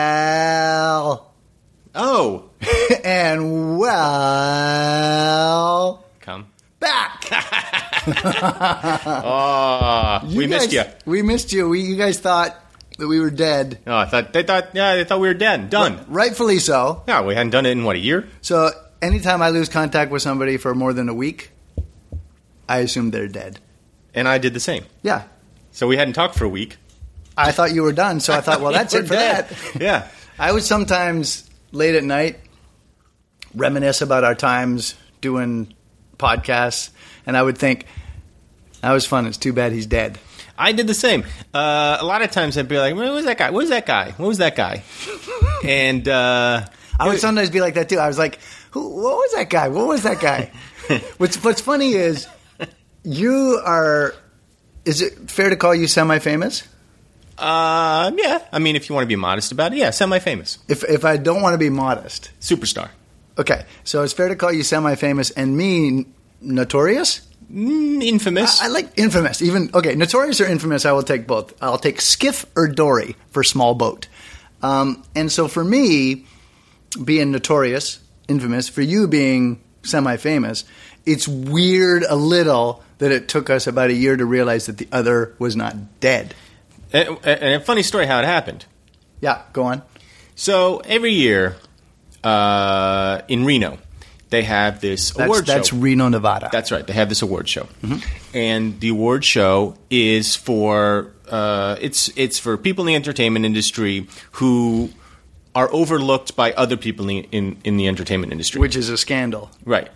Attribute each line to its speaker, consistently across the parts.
Speaker 1: Hell.
Speaker 2: Oh,
Speaker 1: and well,
Speaker 2: come
Speaker 1: back.
Speaker 2: Ah, we missed you.
Speaker 1: guys- We missed you. We, you guys thought that we were dead.
Speaker 2: Oh, I thought they thought yeah, they thought we were dead, done.
Speaker 1: Rightfully so.
Speaker 2: Yeah, we hadn't done it in what a year.
Speaker 1: So anytime I lose contact with somebody for more than a week, I assume they're dead.
Speaker 2: And I did the same.
Speaker 1: Yeah.
Speaker 2: So we hadn't talked for a week.
Speaker 1: I thought you were done, so I thought, well, that's
Speaker 2: We're
Speaker 1: it for
Speaker 2: dead.
Speaker 1: that.
Speaker 2: Yeah.
Speaker 1: I would sometimes late at night reminisce about our times doing podcasts, and I would think that was fun. It's too bad he's dead.
Speaker 2: I did the same. Uh, a lot of times I'd be like, "What was that guy? What was that guy? What was that guy?" and uh,
Speaker 1: I would sometimes be like that too. I was like, Who, "What was that guy? What was that guy?" what's What's funny is you are. Is it fair to call you semi-famous?
Speaker 2: uh, yeah, I mean, if you want to be modest about it, yeah, semi-famous,
Speaker 1: If If I don't want to be modest,
Speaker 2: superstar.
Speaker 1: okay. So it's fair to call you semi-famous and me notorious.
Speaker 2: Mm, Infamous.
Speaker 1: I like infamous. Even okay, notorious or infamous, I will take both. I'll take skiff or dory for small boat. Um, and so for me, being notorious, infamous, for you being semi-famous, it's weird a little that it took us about a year to realize that the other was not dead.
Speaker 2: and, and a funny story how it happened.
Speaker 1: Yeah, go on.
Speaker 2: So every year uh, in Reno, they have this
Speaker 1: That's,
Speaker 2: award
Speaker 1: that's
Speaker 2: show.
Speaker 1: Reno, Mm-hmm. Nevada.
Speaker 2: That's right. They have this award show, and the award show is for uh, it's it's for people in the entertainment industry who are overlooked by other people in in, in the entertainment industry.
Speaker 1: which is a scandal
Speaker 2: right.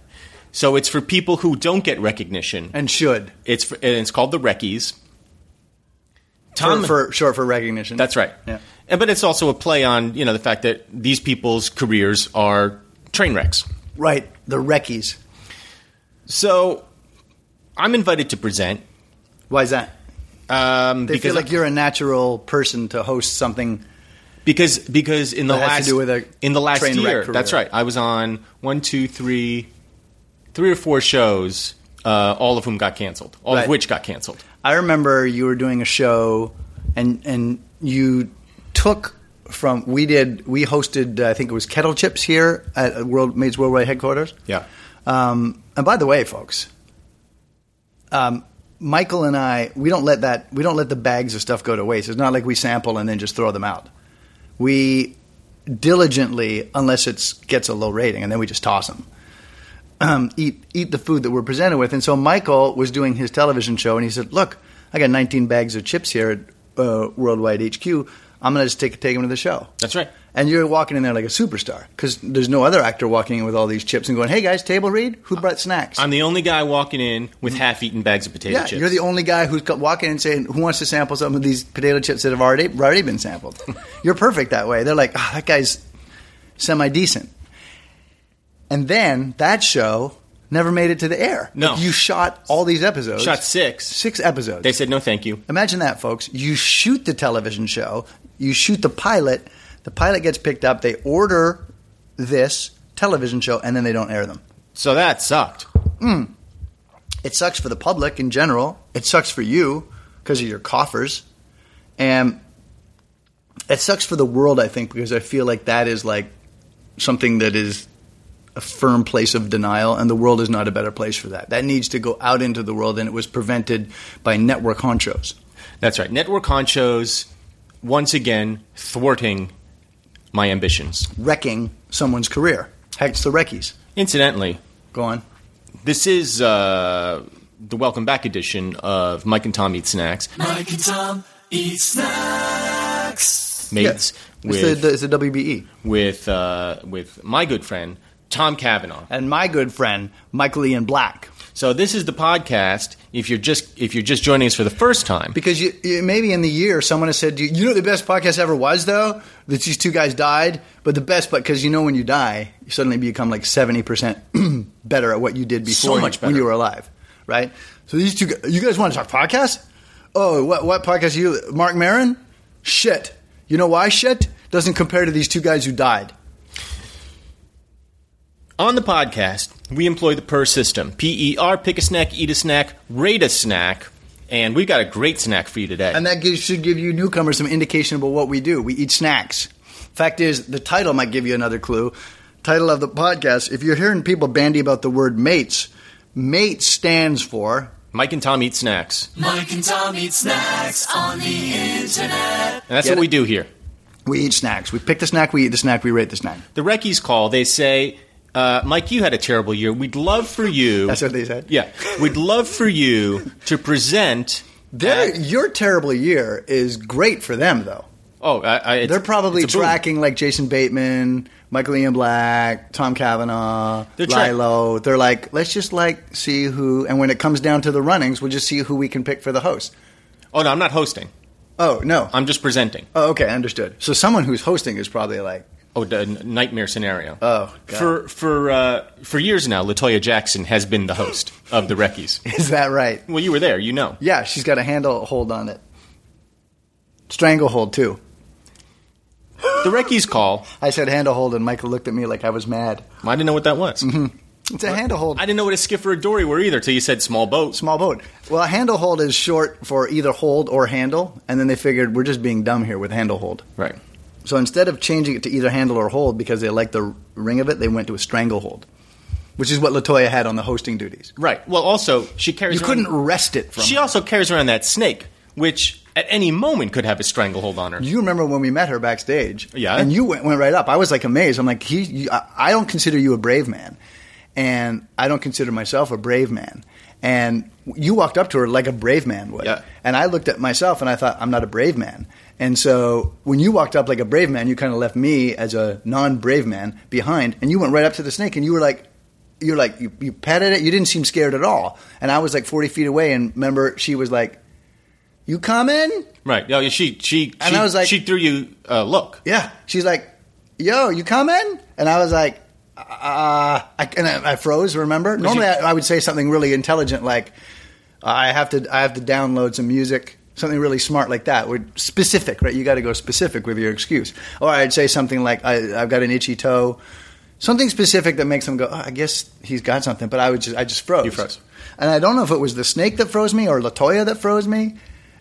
Speaker 2: So it's for people who don't get recognition.
Speaker 1: and should
Speaker 2: It's for, and it's called the Reckies.
Speaker 1: for, for short for recognition.
Speaker 2: That's right.
Speaker 1: Yeah.
Speaker 2: And, but it's also a play on you know the fact that these people's careers are train wrecks.
Speaker 1: Right, the reckies.
Speaker 2: So I'm invited to present.
Speaker 1: Why is that?
Speaker 2: Um,
Speaker 1: They
Speaker 2: because
Speaker 1: feel like you're a natural person to host something
Speaker 2: because because in the
Speaker 1: That has to
Speaker 2: last
Speaker 1: do with a
Speaker 2: in the last
Speaker 1: train wreck
Speaker 2: year
Speaker 1: career.
Speaker 2: that's right I was on one two three three or four shows uh, all of whom got canceled all
Speaker 1: Right.
Speaker 2: of which got canceled
Speaker 1: I remember you were doing a show, and and you took from we did we hosted uh, I think it was kettle chips here at World Maids Worldwide headquarters.
Speaker 2: yeah
Speaker 1: Um, and by the way, folks, um, Michael and I we don't let that we don't let the bags of stuff go to waste. It's not like we sample and then just throw them out. We diligently, unless it gets a low rating, and then we just toss them um, eat eat the food that we're presented with. And so Michael was doing his television show, and he said, "Look, I got 19 bags of chips here at uh, Worldwide HQ. I'm gonna just take take them to the show."
Speaker 2: That's right.
Speaker 1: And you're walking in there like a superstar because there's no other actor walking in with all these chips and going, "Hey guys, table read. Who brought snacks?"
Speaker 2: I'm the only guy walking in with half eaten bags of potato
Speaker 1: Mm-hmm. yeah,
Speaker 2: chips
Speaker 1: you're the only guy who's co- walking in and saying, "Who wants to sample some of these potato chips that have already already been sampled?" you're perfect that way. They're like, oh, "That guy's semi decent." And then that show never made it to the air.
Speaker 2: No.
Speaker 1: Like, you shot all these episodes.
Speaker 2: shot six
Speaker 1: six episodes.
Speaker 2: they said no thank you
Speaker 1: Imagine that, folks. You shoot the television show, you shoot the pilot, the pilot gets picked up, they order this television show, and then they don't air them.
Speaker 2: so that sucked
Speaker 1: It sucks for the public in general. It sucks for you because of your coffers. And it sucks for the world, I think, because I feel like that is like something that is a firm place of denial, and the world is not a better place for that. That needs to go out into the world, and it was prevented by network honchos.
Speaker 2: that's right network honchos once again thwarting my ambitions
Speaker 1: wrecking someone's career. Hex the Reckies.
Speaker 2: incidentally
Speaker 1: Go on.
Speaker 2: This is uh, the welcome back edition of Mike and Tom Eat Snacks.
Speaker 3: Mike and Tom eat snacks.
Speaker 2: Mates
Speaker 1: It's,
Speaker 2: with
Speaker 1: the, E. the, it's the WBE.
Speaker 2: with uh, with my good friend Tom Cavanaugh.
Speaker 1: And my good friend, Michael Ian Black.
Speaker 2: So this is the podcast. If you're just if you're just joining us for the first time,
Speaker 1: Because you, you, maybe in the year, someone has said, to you, you know what the best podcast ever was, though? That these two guys died. But the best, because you know when you die, you suddenly become like 70% better at what you did
Speaker 2: So
Speaker 1: before
Speaker 2: much
Speaker 1: when you
Speaker 2: better.
Speaker 1: were alive. right? So these two, gu- you guys want to talk podcast? Oh, what what podcast? You Mark Marin? Shit. You know why shit doesn't compare to these two guys who died.
Speaker 2: On the podcast, we employ the PER system P E R, pick a snack, eat a snack, rate a snack, and we've got a great snack for you today.
Speaker 1: And that gives, should give you newcomers some indication about what we do. We eat snacks. Fact is, the title might give you another clue. Title of the podcast, if you're hearing people bandy about the word mates, mate stands for
Speaker 2: Mike and Tom eat snacks.
Speaker 3: Mike and Tom eat snacks on the internet.
Speaker 2: And that's
Speaker 1: Get
Speaker 2: what we
Speaker 1: it?
Speaker 2: do here.
Speaker 1: we eat snacks. We pick the snack, we eat the snack, we rate the snack.
Speaker 2: The Reckies call, they say, uh, Mike, you had a terrible year. We'd love for you.
Speaker 1: That's what they said.
Speaker 2: Yeah. We'd love for you to present.
Speaker 1: Their,
Speaker 2: at-
Speaker 1: your terrible year is great for them, though.
Speaker 2: oh, I, I, it's-
Speaker 1: They're probably
Speaker 2: it's a boom.
Speaker 1: tracking like Jason Bateman, Michael Ian Black, Tom Cavanaugh,
Speaker 2: They're track-
Speaker 1: Lilo. They're like, let's just like see who. And when it comes down to the runnings, we'll just see who we can pick for the host.
Speaker 2: Oh, no, I'm not hosting.
Speaker 1: Oh no.
Speaker 2: I'm just presenting.
Speaker 1: oh, okay, understood. So someone who's hosting is probably like,
Speaker 2: Oh, the n- nightmare scenario.
Speaker 1: Oh, God.
Speaker 2: For, for, uh, for years now, Latoya Jackson has been the host of the Reckies.
Speaker 1: is that right?
Speaker 2: Well, you were there, you know.
Speaker 1: Yeah, she's got a handle hold on it. Stranglehold too.
Speaker 2: The Reckies call.
Speaker 1: I said handle hold, and Michael looked at me like I was mad.
Speaker 2: I didn't know what that was.
Speaker 1: Mm-hmm. It's a handle hold.
Speaker 2: I didn't know what a skiff or a dory were either till you said small boat.
Speaker 1: small boat. Well, a handle hold is short for either hold or handle, and then they figured we're just being dumb here with handle hold.
Speaker 2: Right.
Speaker 1: So instead of changing it to either handle or hold because they liked the ring of it, they went to a stranglehold, which is what Latoya had on the hosting duties.
Speaker 2: Right. Well, also, she
Speaker 1: You
Speaker 2: carries around-
Speaker 1: couldn't wrest it from.
Speaker 2: She
Speaker 1: her.
Speaker 2: also carries around that snake, which at any moment could have a stranglehold on her.
Speaker 1: You remember when we met her backstage?
Speaker 2: Yeah.
Speaker 1: And you went, went right up. I was like amazed. I'm like, he. You, I, I don't consider you a brave man, and I don't consider myself a brave man. And you walked up to her like a brave man would.
Speaker 2: Yeah.
Speaker 1: And I looked at myself and I thought, I'm not a brave man. And so when you walked up like a brave man, you kind of left me as a non-brave man behind, and you went right up to the snake and you were like. You're like you, you petted it. You didn't seem scared at all, and I was like forty feet away. And remember, she was like, "You coming?"
Speaker 2: Right. Yeah. She she
Speaker 1: And
Speaker 2: she,
Speaker 1: I was like-
Speaker 2: she threw you a look.
Speaker 1: Yeah. She's like, yo, you coming? And I was like, uh, I, and I, I froze, remember? Normally
Speaker 2: you-
Speaker 1: I, I would say something really intelligent like, uh, I have to, I have to download some music, something really smart like that. Or specific, right? You got to go specific with your excuse. Or I'd say something like, I, I've got an itchy toe. Something specific that makes them go, oh, I guess he's got something. But I would just, I just froze.
Speaker 2: You froze.
Speaker 1: And I don't know if it was the snake that froze me or Latoya that froze me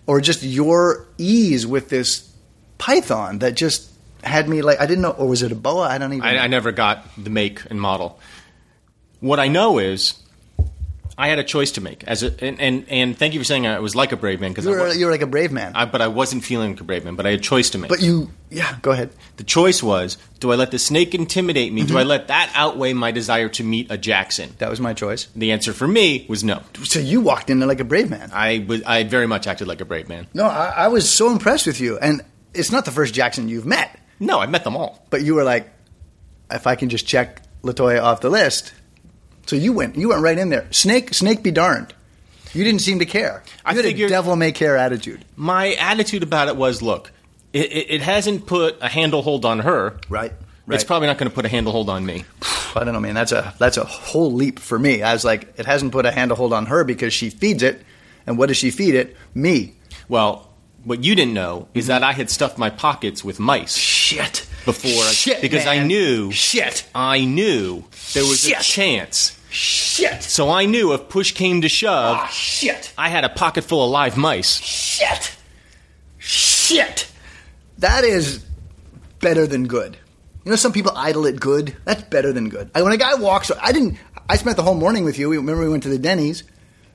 Speaker 1: or just your ease with this python that just had me like I didn't know or was it a boa? I don't even
Speaker 2: I,
Speaker 1: know.
Speaker 2: I never got the make and model. What I know is. I had a choice to make, as a, and, and and thank you for saying I was like a brave man because
Speaker 1: you
Speaker 2: I,
Speaker 1: were
Speaker 2: was,
Speaker 1: you were like a brave man.
Speaker 2: I but I wasn't feeling like a brave man, but I had a choice to make.
Speaker 1: but you yeah, go ahead.
Speaker 2: The choice was: do I let the snake intimidate me?
Speaker 1: Mm-hmm.
Speaker 2: Do I let that outweigh my desire to meet a Jackson?
Speaker 1: That was my choice.
Speaker 2: The answer for me was no.
Speaker 1: So you walked in there like a brave man.
Speaker 2: I was I very much acted like a brave man.
Speaker 1: no, I, I was so impressed with you and it's not the first Jackson you've met,
Speaker 2: No, I met them all.
Speaker 1: but you were like if I can just check Latoya off the list. So you went you went right in there. Snake snake be darned. You didn't seem to care.
Speaker 2: I
Speaker 1: you had
Speaker 2: figured-
Speaker 1: a devil may care attitude.
Speaker 2: My attitude about it was: look, it, it, it hasn't put a handle hold on her.
Speaker 1: Right.
Speaker 2: It's probably not going to put a handle hold on me.
Speaker 1: I don't know, man. That's a that's a whole leap for me. I was like, it hasn't put a hand to hold on her because she feeds it, and what does she feed it? Me.
Speaker 2: Well, what you didn't know is that I had stuffed my pockets with mice
Speaker 1: Mm-hmm. Shit.
Speaker 2: before, I-
Speaker 1: Shit,
Speaker 2: because I
Speaker 1: man.
Speaker 2: knew
Speaker 1: Shit.
Speaker 2: I knew there was a
Speaker 1: Shit.
Speaker 2: chance.
Speaker 1: Shit.
Speaker 2: So I knew if push came to shove,
Speaker 1: Ah, shit.
Speaker 2: I had a pocket full of live mice.
Speaker 1: Shit. Shit. That is better than good. You know, some people idle it good. That's better than good. I, when a guy walks, I didn't. I spent the whole morning with you. We, remember, we went to the Denny's,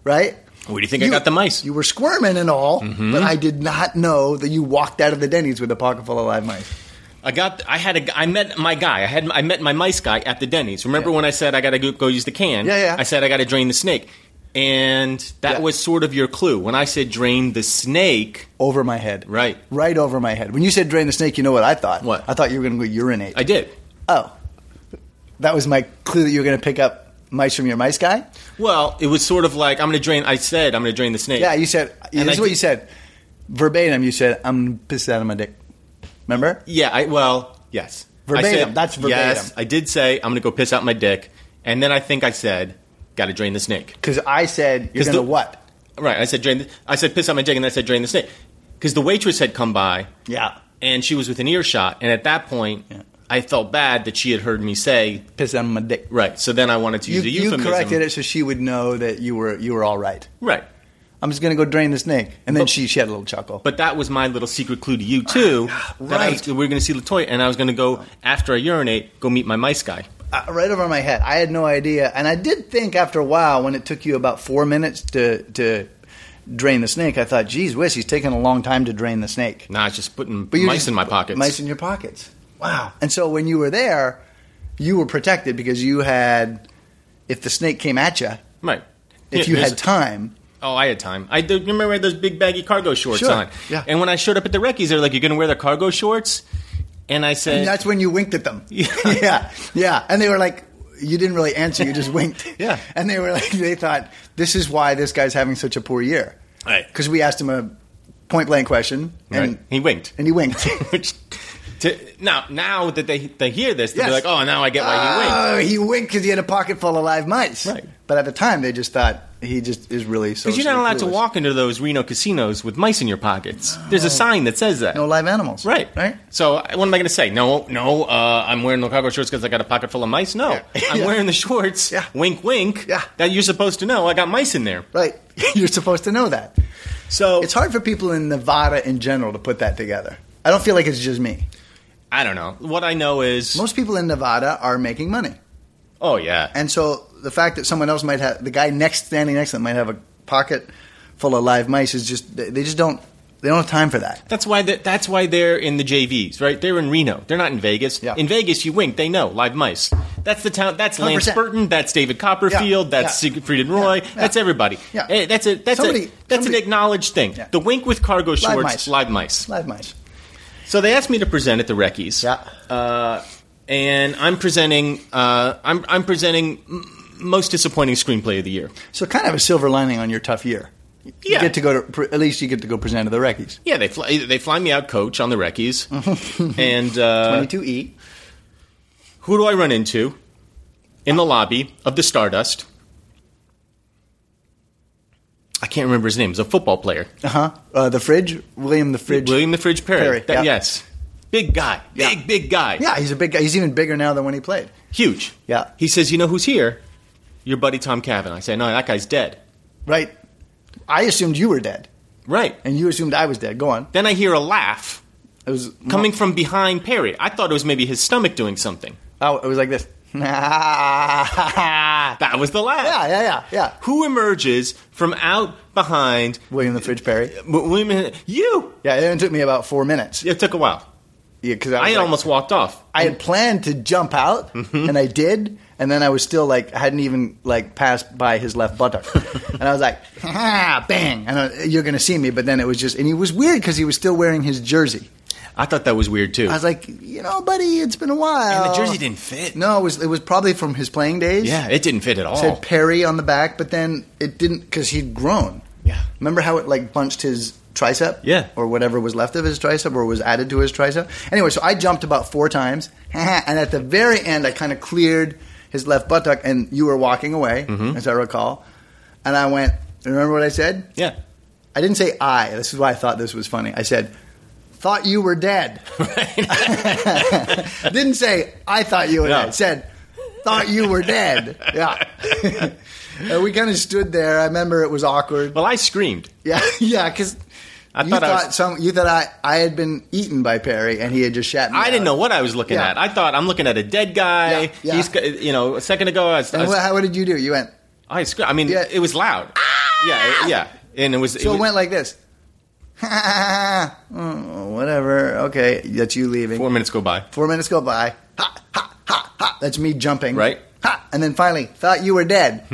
Speaker 1: right?
Speaker 2: Where do you think I got the mice? Mm-hmm.
Speaker 1: You were squirming and all, but I did not know that you walked out of the Denny's with a pocket full of live mice.
Speaker 2: I got. I had a. g- I met my guy. I had. I met my mice guy at the Denny's. Remember
Speaker 1: Yeah.
Speaker 2: when I said I got to go, go use the can?
Speaker 1: Yeah, yeah.
Speaker 2: I said I got to drain the snake, and that
Speaker 1: Yeah.
Speaker 2: was sort of your clue when I said drain the snake.
Speaker 1: over my head.
Speaker 2: Right.
Speaker 1: Right over my head. When you said drain the snake, you know what I thought?
Speaker 2: What?
Speaker 1: I thought you were going to go urinate.
Speaker 2: I did.
Speaker 1: oh. That was my clue that you were going to pick up mice from your mice guy?
Speaker 2: Well, it was sort of like I'm going to drain. I said I'm going to drain the snake.
Speaker 1: Yeah, you said,
Speaker 2: And
Speaker 1: this
Speaker 2: I
Speaker 1: is what
Speaker 2: did-
Speaker 1: you said. Verbatim, you said, I'm pissed out of my dick. Remember?
Speaker 2: Yeah. I, well, yes. I
Speaker 1: Verbatim.
Speaker 2: said-
Speaker 1: That's verbatim.
Speaker 2: Yes. I did say I'm going to go piss out my dick, and then I think I said Got to drain the snake.
Speaker 1: Because I said, you're
Speaker 2: 'Cause
Speaker 1: going to
Speaker 2: the-
Speaker 1: what?
Speaker 2: Right. I said drain. The, I said piss on my dick, and then I said drain the snake because the waitress had come by.
Speaker 1: Yeah.
Speaker 2: And she was within earshot, and at that point,
Speaker 1: Yeah.
Speaker 2: I felt bad that she had heard me say
Speaker 1: Piss on my dick.
Speaker 2: right. So then I wanted to
Speaker 1: You,
Speaker 2: use a
Speaker 1: you
Speaker 2: euphemism.
Speaker 1: corrected it so she would know that you were you were all right.
Speaker 2: Right.
Speaker 1: I'm just going to go drain the snake. And then
Speaker 2: But-
Speaker 1: she, she had a little chuckle.
Speaker 2: But that was my little secret clue to you too. that I was-
Speaker 1: Ah, Right.
Speaker 2: we were going to see Latoya, and I was going to go after I urinate, go meet my mice guy.
Speaker 1: uh, right over my head. I had no idea, and I did think after a while, when it took you about four minutes to to drain the snake, I thought, "Geez, whiz, he's taking a long time to drain the snake."
Speaker 2: Nah, it's just putting
Speaker 1: But you
Speaker 2: mice
Speaker 1: just-
Speaker 2: in my pockets.
Speaker 1: Mice in your pockets. Wow. And so when you were there, you were protected because you had, if the snake came at you,
Speaker 2: right.
Speaker 1: if
Speaker 2: Yeah,
Speaker 1: you
Speaker 2: there's-
Speaker 1: had time,
Speaker 2: Oh, I had time. I did, remember I had those big baggy cargo shorts
Speaker 1: Sure,
Speaker 2: on.
Speaker 1: yeah.
Speaker 2: And when I showed up at the Recce's, they're like, "You're going to wear the cargo shorts?" And I said,
Speaker 1: and that's when you winked at them. Yeah, yeah, And they were like. You didn't really answer. You just winked.
Speaker 2: Yeah.
Speaker 1: and they were like, they thought this is why this guy's having such a poor year.
Speaker 2: Right.
Speaker 1: because we asked him a point blank question and
Speaker 2: Right. He winked.
Speaker 1: and he winked.
Speaker 2: Which, to, now, now that they they hear this, they'll
Speaker 1: Yes.
Speaker 2: be like, "Oh, now I get why
Speaker 1: Oh, he winked because he had a pocket full of live mice.
Speaker 2: Right.
Speaker 1: But at the time, they just thought he just is really so.
Speaker 2: Because you're not allowed to walk into those Reno casinos with mice in your pockets. There's
Speaker 1: Oh.
Speaker 2: a sign that says that.
Speaker 1: No live animals.
Speaker 2: Right.
Speaker 1: Right.
Speaker 2: So I- what am I going to say? No, no, uh, I'm wearing the cargo shorts because I got a pocket full of mice? No.
Speaker 1: Yeah.
Speaker 2: I'm
Speaker 1: Yeah.
Speaker 2: wearing the shorts,
Speaker 1: Yeah.
Speaker 2: wink, wink,
Speaker 1: Yeah.
Speaker 2: that you're supposed to know I got mice in there.
Speaker 1: Right. you're supposed to know that.
Speaker 2: So
Speaker 1: It's hard for people in Nevada in general to put that together. I don't feel like it's just me.
Speaker 2: I don't know. What I know is,
Speaker 1: Most people in Nevada are making money,
Speaker 2: oh, yeah.
Speaker 1: and so the fact that someone else might have the guy next standing next to them might have a pocket full of live mice is just they they just don't they don't have time for that.
Speaker 2: that's why they, that's why they're in the JVs, right? They're in Reno. They're not in Vegas.
Speaker 1: Yeah.
Speaker 2: In Vegas, you wink. They know live mice. That's the town. That's Lance
Speaker 1: 100%.
Speaker 2: Burton. That's David Copperfield.
Speaker 1: Yeah,
Speaker 2: That's
Speaker 1: yeah.
Speaker 2: Siegfried and Roy.
Speaker 1: Yeah, yeah.
Speaker 2: That's everybody.
Speaker 1: Yeah.
Speaker 2: Hey, that's a that's a
Speaker 1: Somebody-
Speaker 2: that's
Speaker 1: somebody-
Speaker 2: an acknowledged thing.
Speaker 1: Yeah.
Speaker 2: The wink with cargo shorts,
Speaker 1: mice.
Speaker 2: live mice.
Speaker 1: Live mice.
Speaker 2: So they asked me to present at the Recce's.
Speaker 1: Yeah.
Speaker 2: Uh, and I'm presenting. Uh, I'm I'm presenting m- most disappointing screenplay of the year.
Speaker 1: So kind of a silver lining on your tough year. You
Speaker 2: Yeah.
Speaker 1: get to go to at least you get to go present to the Reckies.
Speaker 2: Yeah, they fly they fly me out coach on the Recce's, and uh,
Speaker 1: Twenty two E.
Speaker 2: who do I run into in the lobby of the Stardust? I can't remember his name. He's a football player,
Speaker 1: Uh huh. Uh, the fridge, William the fridge.
Speaker 2: William the Fridge Perry.
Speaker 1: Perry,
Speaker 2: That-
Speaker 1: yeah.
Speaker 2: Yes, big guy,
Speaker 1: Yeah.
Speaker 2: big big guy.
Speaker 1: Yeah, he's a big guy. He's even bigger now than when he played.
Speaker 2: huge.
Speaker 1: Yeah.
Speaker 2: He says, "You know who's here? Your buddy Tom Cavan." I say, "No, that guy's dead."
Speaker 1: Right. I assumed you were dead,
Speaker 2: Right.
Speaker 1: and you assumed I was dead. Go on.
Speaker 2: Then I hear a laugh
Speaker 1: It was
Speaker 2: coming from behind Perry. I thought it was maybe his stomach doing something.
Speaker 1: Oh, it was like this. yeah,
Speaker 2: That was the laugh.
Speaker 1: yeah, yeah, yeah.
Speaker 2: Who emerges from out behind
Speaker 1: William the fridge Perry.
Speaker 2: women? You.
Speaker 1: Yeah, it only took me about four minutes.
Speaker 2: It took a while.
Speaker 1: Yeah, because
Speaker 2: I
Speaker 1: I,
Speaker 2: had
Speaker 1: was like-
Speaker 2: almost Mm-hmm. walked off.
Speaker 1: I had planned to jump out, and I did, and then I was still like hadn't even like passed by his left buttock, and I was like, ah, bang, and I, you're gonna see me. But then it was just, and he was weird because he was still wearing his jersey.
Speaker 2: I thought that was weird too.
Speaker 1: I was like, you know, buddy, it's been a while.
Speaker 2: and the jersey didn't fit.
Speaker 1: No, it was it was probably from his playing days.
Speaker 2: Yeah, it didn't fit at all.
Speaker 1: It said Perry on the back, but then it didn't because he'd grown.
Speaker 2: Yeah.
Speaker 1: remember how it like bunched his tricep?
Speaker 2: Yeah.
Speaker 1: or whatever was left of his tricep or was added to his tricep. Anyway, so I jumped about four times, and at the very end, I kind of cleared his left buttock, and you were walking away,
Speaker 2: Mm-hmm.
Speaker 1: as I recall. And I went, remember what I said?
Speaker 2: yeah.
Speaker 1: I didn't say I. This is why I thought this was funny. I said, thought you were dead. didn't say I thought you were
Speaker 2: No.
Speaker 1: dead. Said thought you were dead. Yeah. and we kind of stood there. I remember it was awkward.
Speaker 2: Well, I screamed.
Speaker 1: Yeah, yeah, because.
Speaker 2: I
Speaker 1: you
Speaker 2: thought
Speaker 1: thought,
Speaker 2: I was-
Speaker 1: some, you thought I, I had been eaten by Perry and he had just shot me.
Speaker 2: I didn't know
Speaker 1: out.
Speaker 2: what I was looking
Speaker 1: Yeah.
Speaker 2: at. I thought I'm looking at a dead guy.
Speaker 1: Yeah, yeah.
Speaker 2: He's, got- you know, a second ago I was, I,
Speaker 1: And
Speaker 2: was,
Speaker 1: what, how, what did you do? You went.
Speaker 2: I screamed. I mean,
Speaker 1: Yeah.
Speaker 2: it was loud. Yeah, it- yeah, and it was.
Speaker 1: So it,
Speaker 2: was
Speaker 1: went like this. oh, whatever. Okay, that's you leaving.
Speaker 2: four minutes go by.
Speaker 1: Four minutes go by. Ha, ha, ha, ha. That's me jumping.
Speaker 2: Right.
Speaker 1: Ha. And then finally, thought you were dead.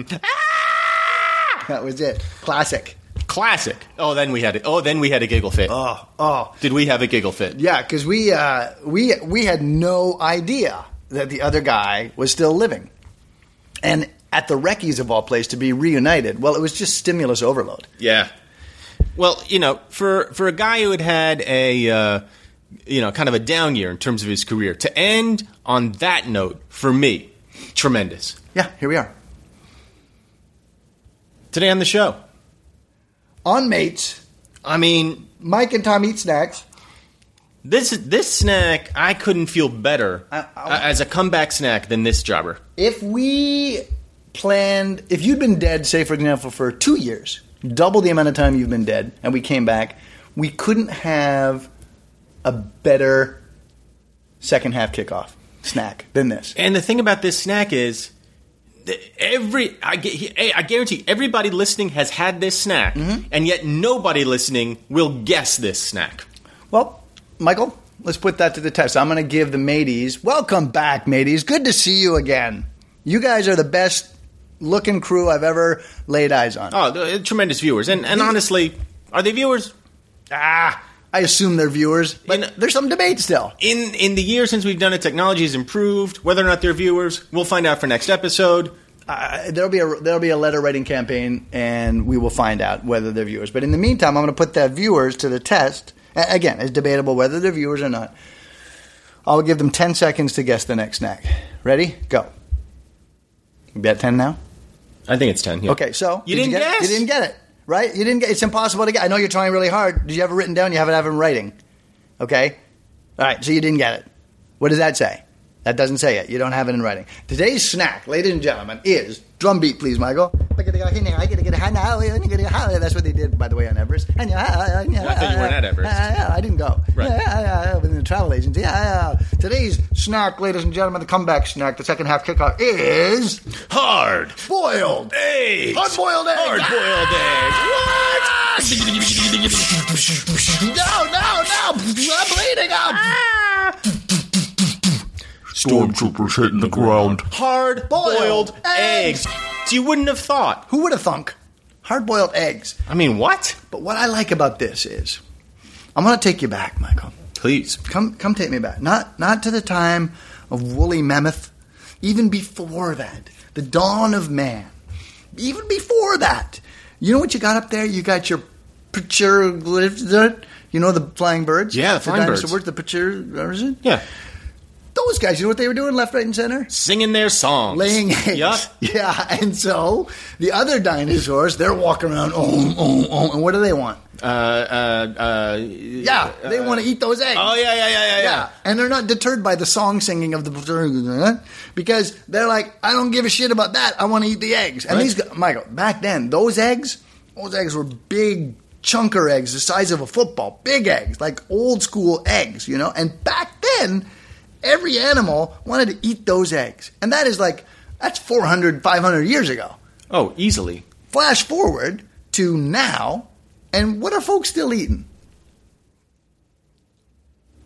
Speaker 1: that was it. Classic.
Speaker 2: Classic. Oh, then we had it. Oh, then we had a giggle fit.
Speaker 1: Oh, oh.
Speaker 2: Did we have a giggle fit?
Speaker 1: Yeah, because we, uh, we, we had no idea that the other guy was still living. And at the Reckies of all place to be reunited, well, it was just stimulus overload.
Speaker 2: Yeah. Well, you know, for for a guy who had had a uh, you know kind of a down year in terms of his career, to end on that note for me, tremendous.
Speaker 1: Yeah, here we are.
Speaker 2: Today on the show,
Speaker 1: On Mates,
Speaker 2: I mean,
Speaker 1: Mike and Tom eat snacks.
Speaker 2: this this snack I couldn't feel better uh,
Speaker 1: I- I-
Speaker 2: as a comeback snack than this jobber.
Speaker 1: If we planned, if you'd been dead, say for example, for two years, double the amount of time you've been dead, and we came back, we couldn't have a better second half kickoff snack than this.
Speaker 2: And the thing about this snack is, th- every I, gu- he- hey, I guarantee everybody listening has had this snack,
Speaker 1: Mm-hmm.
Speaker 2: and yet nobody listening will guess this snack.
Speaker 1: Well, Michael, let's put that to the test. I'm going to give the mateys welcome back, mateys. Good to see you again. You guys are the best looking crew I've ever laid eyes on.
Speaker 2: Oh, th- tremendous viewers, and and honestly, are they viewers?
Speaker 1: Ah, I assume they're viewers, but
Speaker 2: You know-
Speaker 1: there's some debate still.
Speaker 2: In in the years since we've done it, technology has improved. Whether or not they're viewers, we'll find out for next episode.
Speaker 1: Uh, there'll be a there'll be a letter writing campaign, and we will find out whether they're viewers. But in the meantime, I'm going to put that viewers to the test. A- again, it's debatable whether they're viewers or not. I'll give them ten seconds to guess the next snack. Ready? Go. You bet ten now.
Speaker 2: I think it's ten. yeah.
Speaker 1: Okay, so
Speaker 2: You
Speaker 1: did
Speaker 2: didn't
Speaker 1: get it?
Speaker 2: guess?
Speaker 1: You didn't get it, right? You didn't get. It's impossible to get. I know you're trying really hard. Did you have it written down? You haven't have it in writing. Okay. All right. So you didn't get it. What does that say? That doesn't say it. You don't have it in writing. Today's snack, ladies and gentlemen, is drum beat, please, Michael. That's what they did, by the way, on Everest. I thought you
Speaker 2: thought you weren't at Everest.
Speaker 1: I didn't go.
Speaker 2: Right.
Speaker 1: I was in the travel agency. Today's snack, ladies and gentlemen, the comeback snack, the second half kickoff is
Speaker 2: hard
Speaker 1: boiled
Speaker 2: eggs,
Speaker 1: Hard-boiled eggs.
Speaker 2: hard boiled
Speaker 1: No, no, no! I'm bleeding out!
Speaker 4: Ah. Stormtroopers hitting the ground.
Speaker 2: hard boiled
Speaker 1: Boiled
Speaker 2: eggs. You wouldn't have thought.
Speaker 1: Who would have thunk? Hard boiled eggs.
Speaker 2: I mean, what?
Speaker 1: But what I like about this is, I'm going to take you back, Michael.
Speaker 2: Please.
Speaker 1: Come, come take me back. Not, not to the time of woolly mammoth, even before that, the dawn of man. Even before that, you know what you got up there? You got your picture, you know, the flying birds?
Speaker 2: Yeah, the flying
Speaker 1: dinosaur
Speaker 2: birds.
Speaker 1: The picture,
Speaker 2: Yeah.
Speaker 1: those guys, you know what they were doing left, right, and center?
Speaker 2: Singing their songs.
Speaker 1: laying eggs.
Speaker 2: Yup.
Speaker 1: Yeah, and so the other dinosaurs, they're walking around, oh, oh, oh, and what do they want?
Speaker 2: Uh, uh, uh,
Speaker 1: Yeah, they want to eat those eggs.
Speaker 2: Oh, yeah, yeah, yeah, yeah, yeah.
Speaker 1: Yeah, and they're not deterred by the song singing of the because they're like, I don't give a shit about that. I want to eat the eggs. And
Speaker 2: Right.
Speaker 1: these these, Michael, back then, those eggs, those eggs were big chunker eggs, the size of a football, big eggs, like old school eggs, you know. And back then, every animal wanted to eat those eggs, and that is like that's 400, 500 years ago.
Speaker 2: Oh, easily.
Speaker 1: Flash forward to now, and what are folks still eating?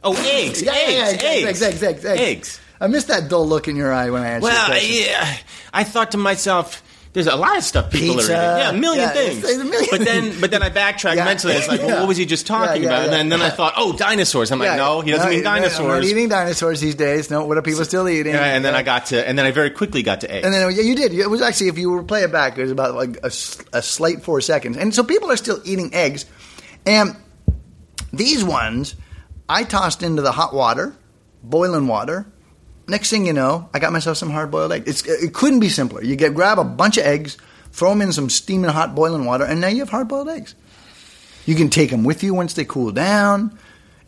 Speaker 2: Oh, eggs,
Speaker 1: Yeah,
Speaker 2: eggs,
Speaker 1: yeah,
Speaker 2: eggs,
Speaker 1: eggs, eggs, eggs, eggs. I missed that dull look in your eye when I answered.
Speaker 2: Well,
Speaker 1: the
Speaker 2: I-
Speaker 1: question.
Speaker 2: yeah. I thought to myself, there's a lot of stuff people
Speaker 1: Pizza.
Speaker 2: are eating. Yeah, a million
Speaker 1: Yeah,
Speaker 2: things.
Speaker 1: it's- it's a million
Speaker 2: but then,
Speaker 1: things.
Speaker 2: but then I backtracked
Speaker 1: Yeah.
Speaker 2: mentally. It's like, well,
Speaker 1: Yeah.
Speaker 2: what was he just talking
Speaker 1: Yeah, yeah,
Speaker 2: about? and
Speaker 1: yeah,
Speaker 2: then, then I
Speaker 1: yeah.
Speaker 2: thought, oh, dinosaurs. I'm like,
Speaker 1: Yeah,
Speaker 2: no, he doesn't mean
Speaker 1: no,
Speaker 2: dinosaurs.
Speaker 1: I'm not eating dinosaurs these days. No, what are people still eating?
Speaker 2: Yeah, and then
Speaker 1: Yeah.
Speaker 2: I got to, and then I very quickly got to eggs.
Speaker 1: And then yeah, you did. It was actually if you were to play it back, it was about like a, s- a slight four seconds. And so people are still eating eggs, and these ones I tossed into the hot water, boiling water. Next thing you know, I got myself some hard boiled eggs. It's, it couldn't be simpler. You get grab a bunch of eggs, throw them in some steaming hot boiling water, and now you have hard boiled eggs. You can take them with you once they cool down.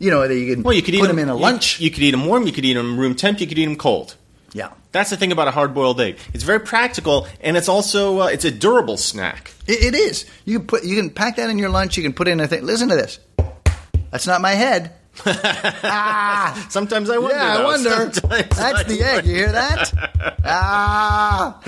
Speaker 1: You know, that you can
Speaker 2: well, you could
Speaker 1: put
Speaker 2: eat
Speaker 1: them in a
Speaker 2: you-
Speaker 1: lunch.
Speaker 2: You, could eat them warm. You could eat them room temp. You could eat them cold.
Speaker 1: yeah.
Speaker 2: That's the thing about a hard-boiled egg. It's very practical, and it's also uh, it's a durable snack.
Speaker 1: It, it is. You can put you can pack that in your lunch. You can put it in a thing. Listen to this. That's not my head. ah,
Speaker 2: Sometimes I wonder.
Speaker 1: yeah, I
Speaker 2: though.
Speaker 1: wonder.
Speaker 2: Sometimes
Speaker 1: That's
Speaker 2: I
Speaker 1: the egg. You hear that? ah,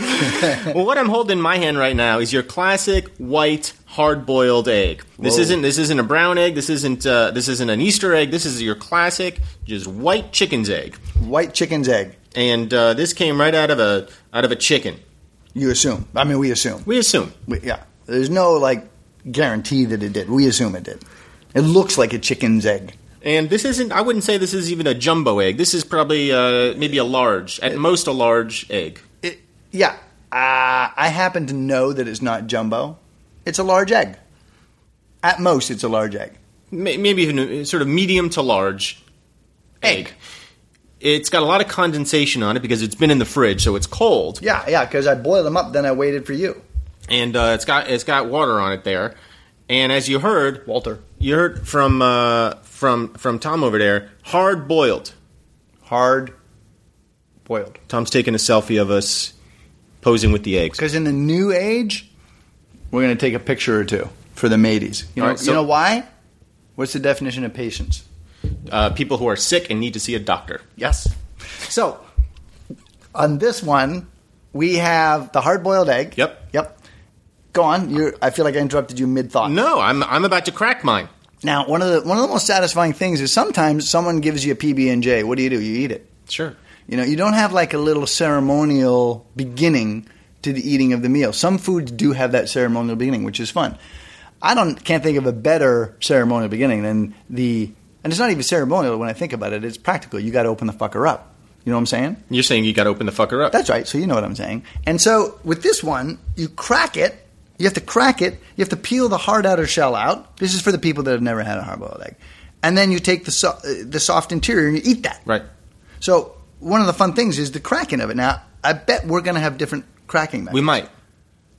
Speaker 2: Well, what I'm holding in my hand right now is your classic white hard-boiled egg. This
Speaker 1: Whoa.
Speaker 2: isn't this isn't a brown egg. This isn't uh, this isn't an Easter egg. This is your classic just white chicken's egg.
Speaker 1: white chicken's egg.
Speaker 2: And uh, this came right out of a out of a chicken.
Speaker 1: You assume. I mean, we assume.
Speaker 2: We assume.
Speaker 1: We, yeah. There's no like guarantee that it did. We assume it did. It looks like a chicken's egg.
Speaker 2: And this isn't, I wouldn't say this is even a jumbo egg. This is probably uh, maybe a large, at most a large egg.
Speaker 1: It, yeah. Uh, I happen to know that it's not jumbo. It's a large egg. At most, it's a large egg.
Speaker 2: May- Maybe even a sort of medium to large egg. It's got a lot of condensation on it because it's been in the fridge, so it's cold.
Speaker 1: Yeah, yeah. Because I boiled them up, then I waited for you.
Speaker 2: and uh, it's got it's got water on it there. And as you heard,
Speaker 1: Walter.
Speaker 2: you heard from uh, from from Tom over there, hard boiled.
Speaker 1: Hard boiled.
Speaker 2: Tom's taking a selfie of us posing with the eggs.
Speaker 1: Because in the new age, we're going to take a picture or two for the mateys. You know,
Speaker 2: All right, so-
Speaker 1: you know why? What's the definition of patience?
Speaker 2: Uh, people who are sick and need to see a doctor.
Speaker 1: Yes. So on this one, we have the hard boiled egg.
Speaker 2: Yep.
Speaker 1: Yep. Go on. You're, I feel like I interrupted you mid thought.
Speaker 2: No, I'm I'm about to crack mine.
Speaker 1: Now, one of the one of the most satisfying things is sometimes someone gives you a PB and J. What do you do? You eat it.
Speaker 2: Sure.
Speaker 1: You know, you don't have like a little ceremonial beginning to the eating of the meal. Some foods do have that ceremonial beginning, which is fun. I don't can't think of a better ceremonial beginning than the and it's not even ceremonial when I think about it. It's practical. You got to open the fucker up. You know what I'm saying?
Speaker 2: You're saying you got to open the fucker up.
Speaker 1: That's right. So you know what I'm saying. And so with this one, you crack it. You have to crack it. You have to peel the hard outer shell out. This is for the people that have never had a hard-boiled egg. And then you take the so- uh, the soft interior and you eat that.
Speaker 2: right.
Speaker 1: So one of the fun things is the cracking of it. Now I bet we're going to have different cracking methods.
Speaker 2: We might.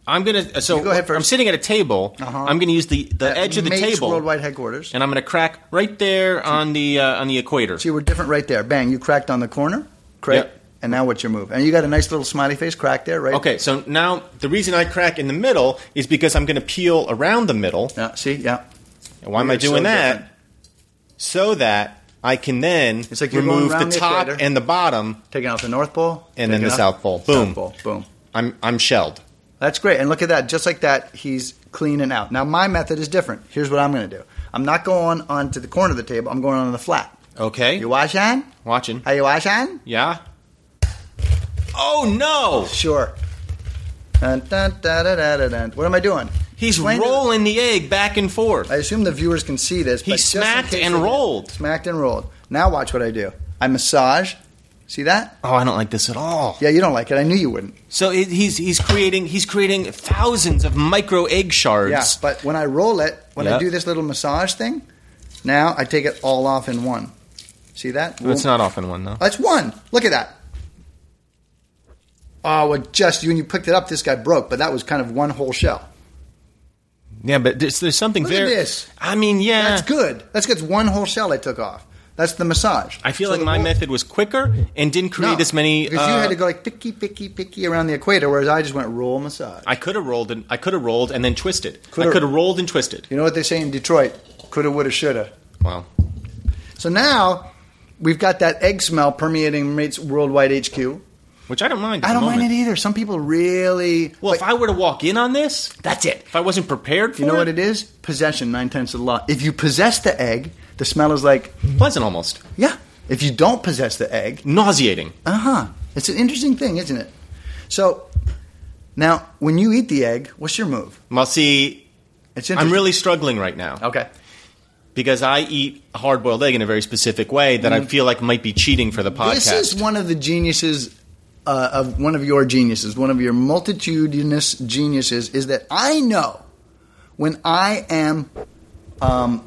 Speaker 2: I'm gonna. uh, So
Speaker 1: You go ahead
Speaker 2: I'm
Speaker 1: first.
Speaker 2: sitting at a table.
Speaker 1: Uh-huh.
Speaker 2: I'm gonna use the, the
Speaker 1: At
Speaker 2: edge of the
Speaker 1: Mates
Speaker 2: table,
Speaker 1: Worldwide headquarters.
Speaker 2: and I'm gonna crack right there on the uh, on the equator.
Speaker 1: See, we're different right there. Bang! You cracked on the corner. Crack.
Speaker 2: Yep.
Speaker 1: And now what's your move? And you got a nice little smiley face crack there, right?
Speaker 2: Okay, so now the reason I crack in the middle is because I'm going to peel around the middle.
Speaker 1: Yeah. See. Yeah.
Speaker 2: And why am I
Speaker 1: You're so
Speaker 2: doing that?
Speaker 1: different.
Speaker 2: So that I can then
Speaker 1: It's like you're going
Speaker 2: remove the
Speaker 1: around the
Speaker 2: top
Speaker 1: equator.
Speaker 2: and the bottom.
Speaker 1: Taking out the North Pole
Speaker 2: And then
Speaker 1: taking
Speaker 2: the
Speaker 1: out-
Speaker 2: South Pole. Boom.
Speaker 1: South Pole. Boom.
Speaker 2: I'm I'm shelled.
Speaker 1: That's great. And look at that. Just like that, he's clean and out. Now, my method is different. Here's what I'm going to do I'm not going onto the corner of the table, I'm going on the flat.
Speaker 2: Okay,
Speaker 1: You wash on?
Speaker 2: watching.
Speaker 1: Are you wash on?
Speaker 2: yeah. Oh no!
Speaker 1: Sure. Dun, dun, da, da, da, da, dun. What am I doing?
Speaker 2: He's
Speaker 1: Explain to-
Speaker 2: rolling the egg back and forth.
Speaker 1: I assume the viewers can see this.
Speaker 2: He
Speaker 1: but just in
Speaker 2: smacked
Speaker 1: case
Speaker 2: and
Speaker 1: they didn't.
Speaker 2: rolled.
Speaker 1: Smacked and rolled. Now, watch what I do. I massage. See that?
Speaker 2: oh, I don't like this at all.
Speaker 1: Yeah, you don't like it. I knew you wouldn't.
Speaker 2: So it, he's he's creating he's creating thousands of micro egg shards.
Speaker 1: Yeah, but when I roll it, when I
Speaker 2: Yeah.
Speaker 1: do this little massage thing, now I take it all off in one. See that?
Speaker 2: Well, it's not often one though.
Speaker 1: That's one. Look at that. Oh, well, just when you picked it up, this guy broke, but that was kind of one whole shell.
Speaker 2: Yeah, but there's, there's something
Speaker 1: Look at
Speaker 2: there.
Speaker 1: this.
Speaker 2: I mean, yeah,
Speaker 1: That's good. That's good. It's one whole shell I took off. That's the massage.
Speaker 2: I feel
Speaker 1: So
Speaker 2: like
Speaker 1: the
Speaker 2: my
Speaker 1: whole-
Speaker 2: method was quicker and didn't
Speaker 1: No,
Speaker 2: create as many.
Speaker 1: Because you
Speaker 2: uh,
Speaker 1: had to go like picky, picky, picky around the equator, whereas I just went roll massage.
Speaker 2: I could have rolled and I could have rolled and then twisted.
Speaker 1: Coulda-
Speaker 2: I could have rolled and twisted.
Speaker 1: you know what they say in Detroit? Coulda, woulda, shoulda.
Speaker 2: Wow.
Speaker 1: So now we've got that egg smell permeating Mates Worldwide HQ.
Speaker 2: Which I don't mind. at
Speaker 1: I
Speaker 2: the
Speaker 1: don't mind
Speaker 2: moment.
Speaker 1: it either. Some people really.
Speaker 2: Well,
Speaker 1: but
Speaker 2: if I were to walk in on this,
Speaker 1: that's it.
Speaker 2: if I wasn't prepared for
Speaker 1: You know
Speaker 2: it,
Speaker 1: what it is? Possession, nine tenths of the law. If you possess the egg, the smell is like,
Speaker 2: pleasant almost,
Speaker 1: yeah. If you don't possess the egg,
Speaker 2: nauseating.
Speaker 1: uh huh. It's an interesting thing, isn't it? So, now when you eat the egg, what's your move?
Speaker 2: Well, see,
Speaker 1: It's
Speaker 2: I'm
Speaker 1: interesting.
Speaker 2: really struggling right now
Speaker 1: okay.
Speaker 2: because I eat a hard-boiled egg in a very specific way that I feel like might be cheating for the podcast.
Speaker 1: Mm. This is one of the geniuses. Uh, of one of your geniuses, one of your multitudinous geniuses, is that I know when I am. Um,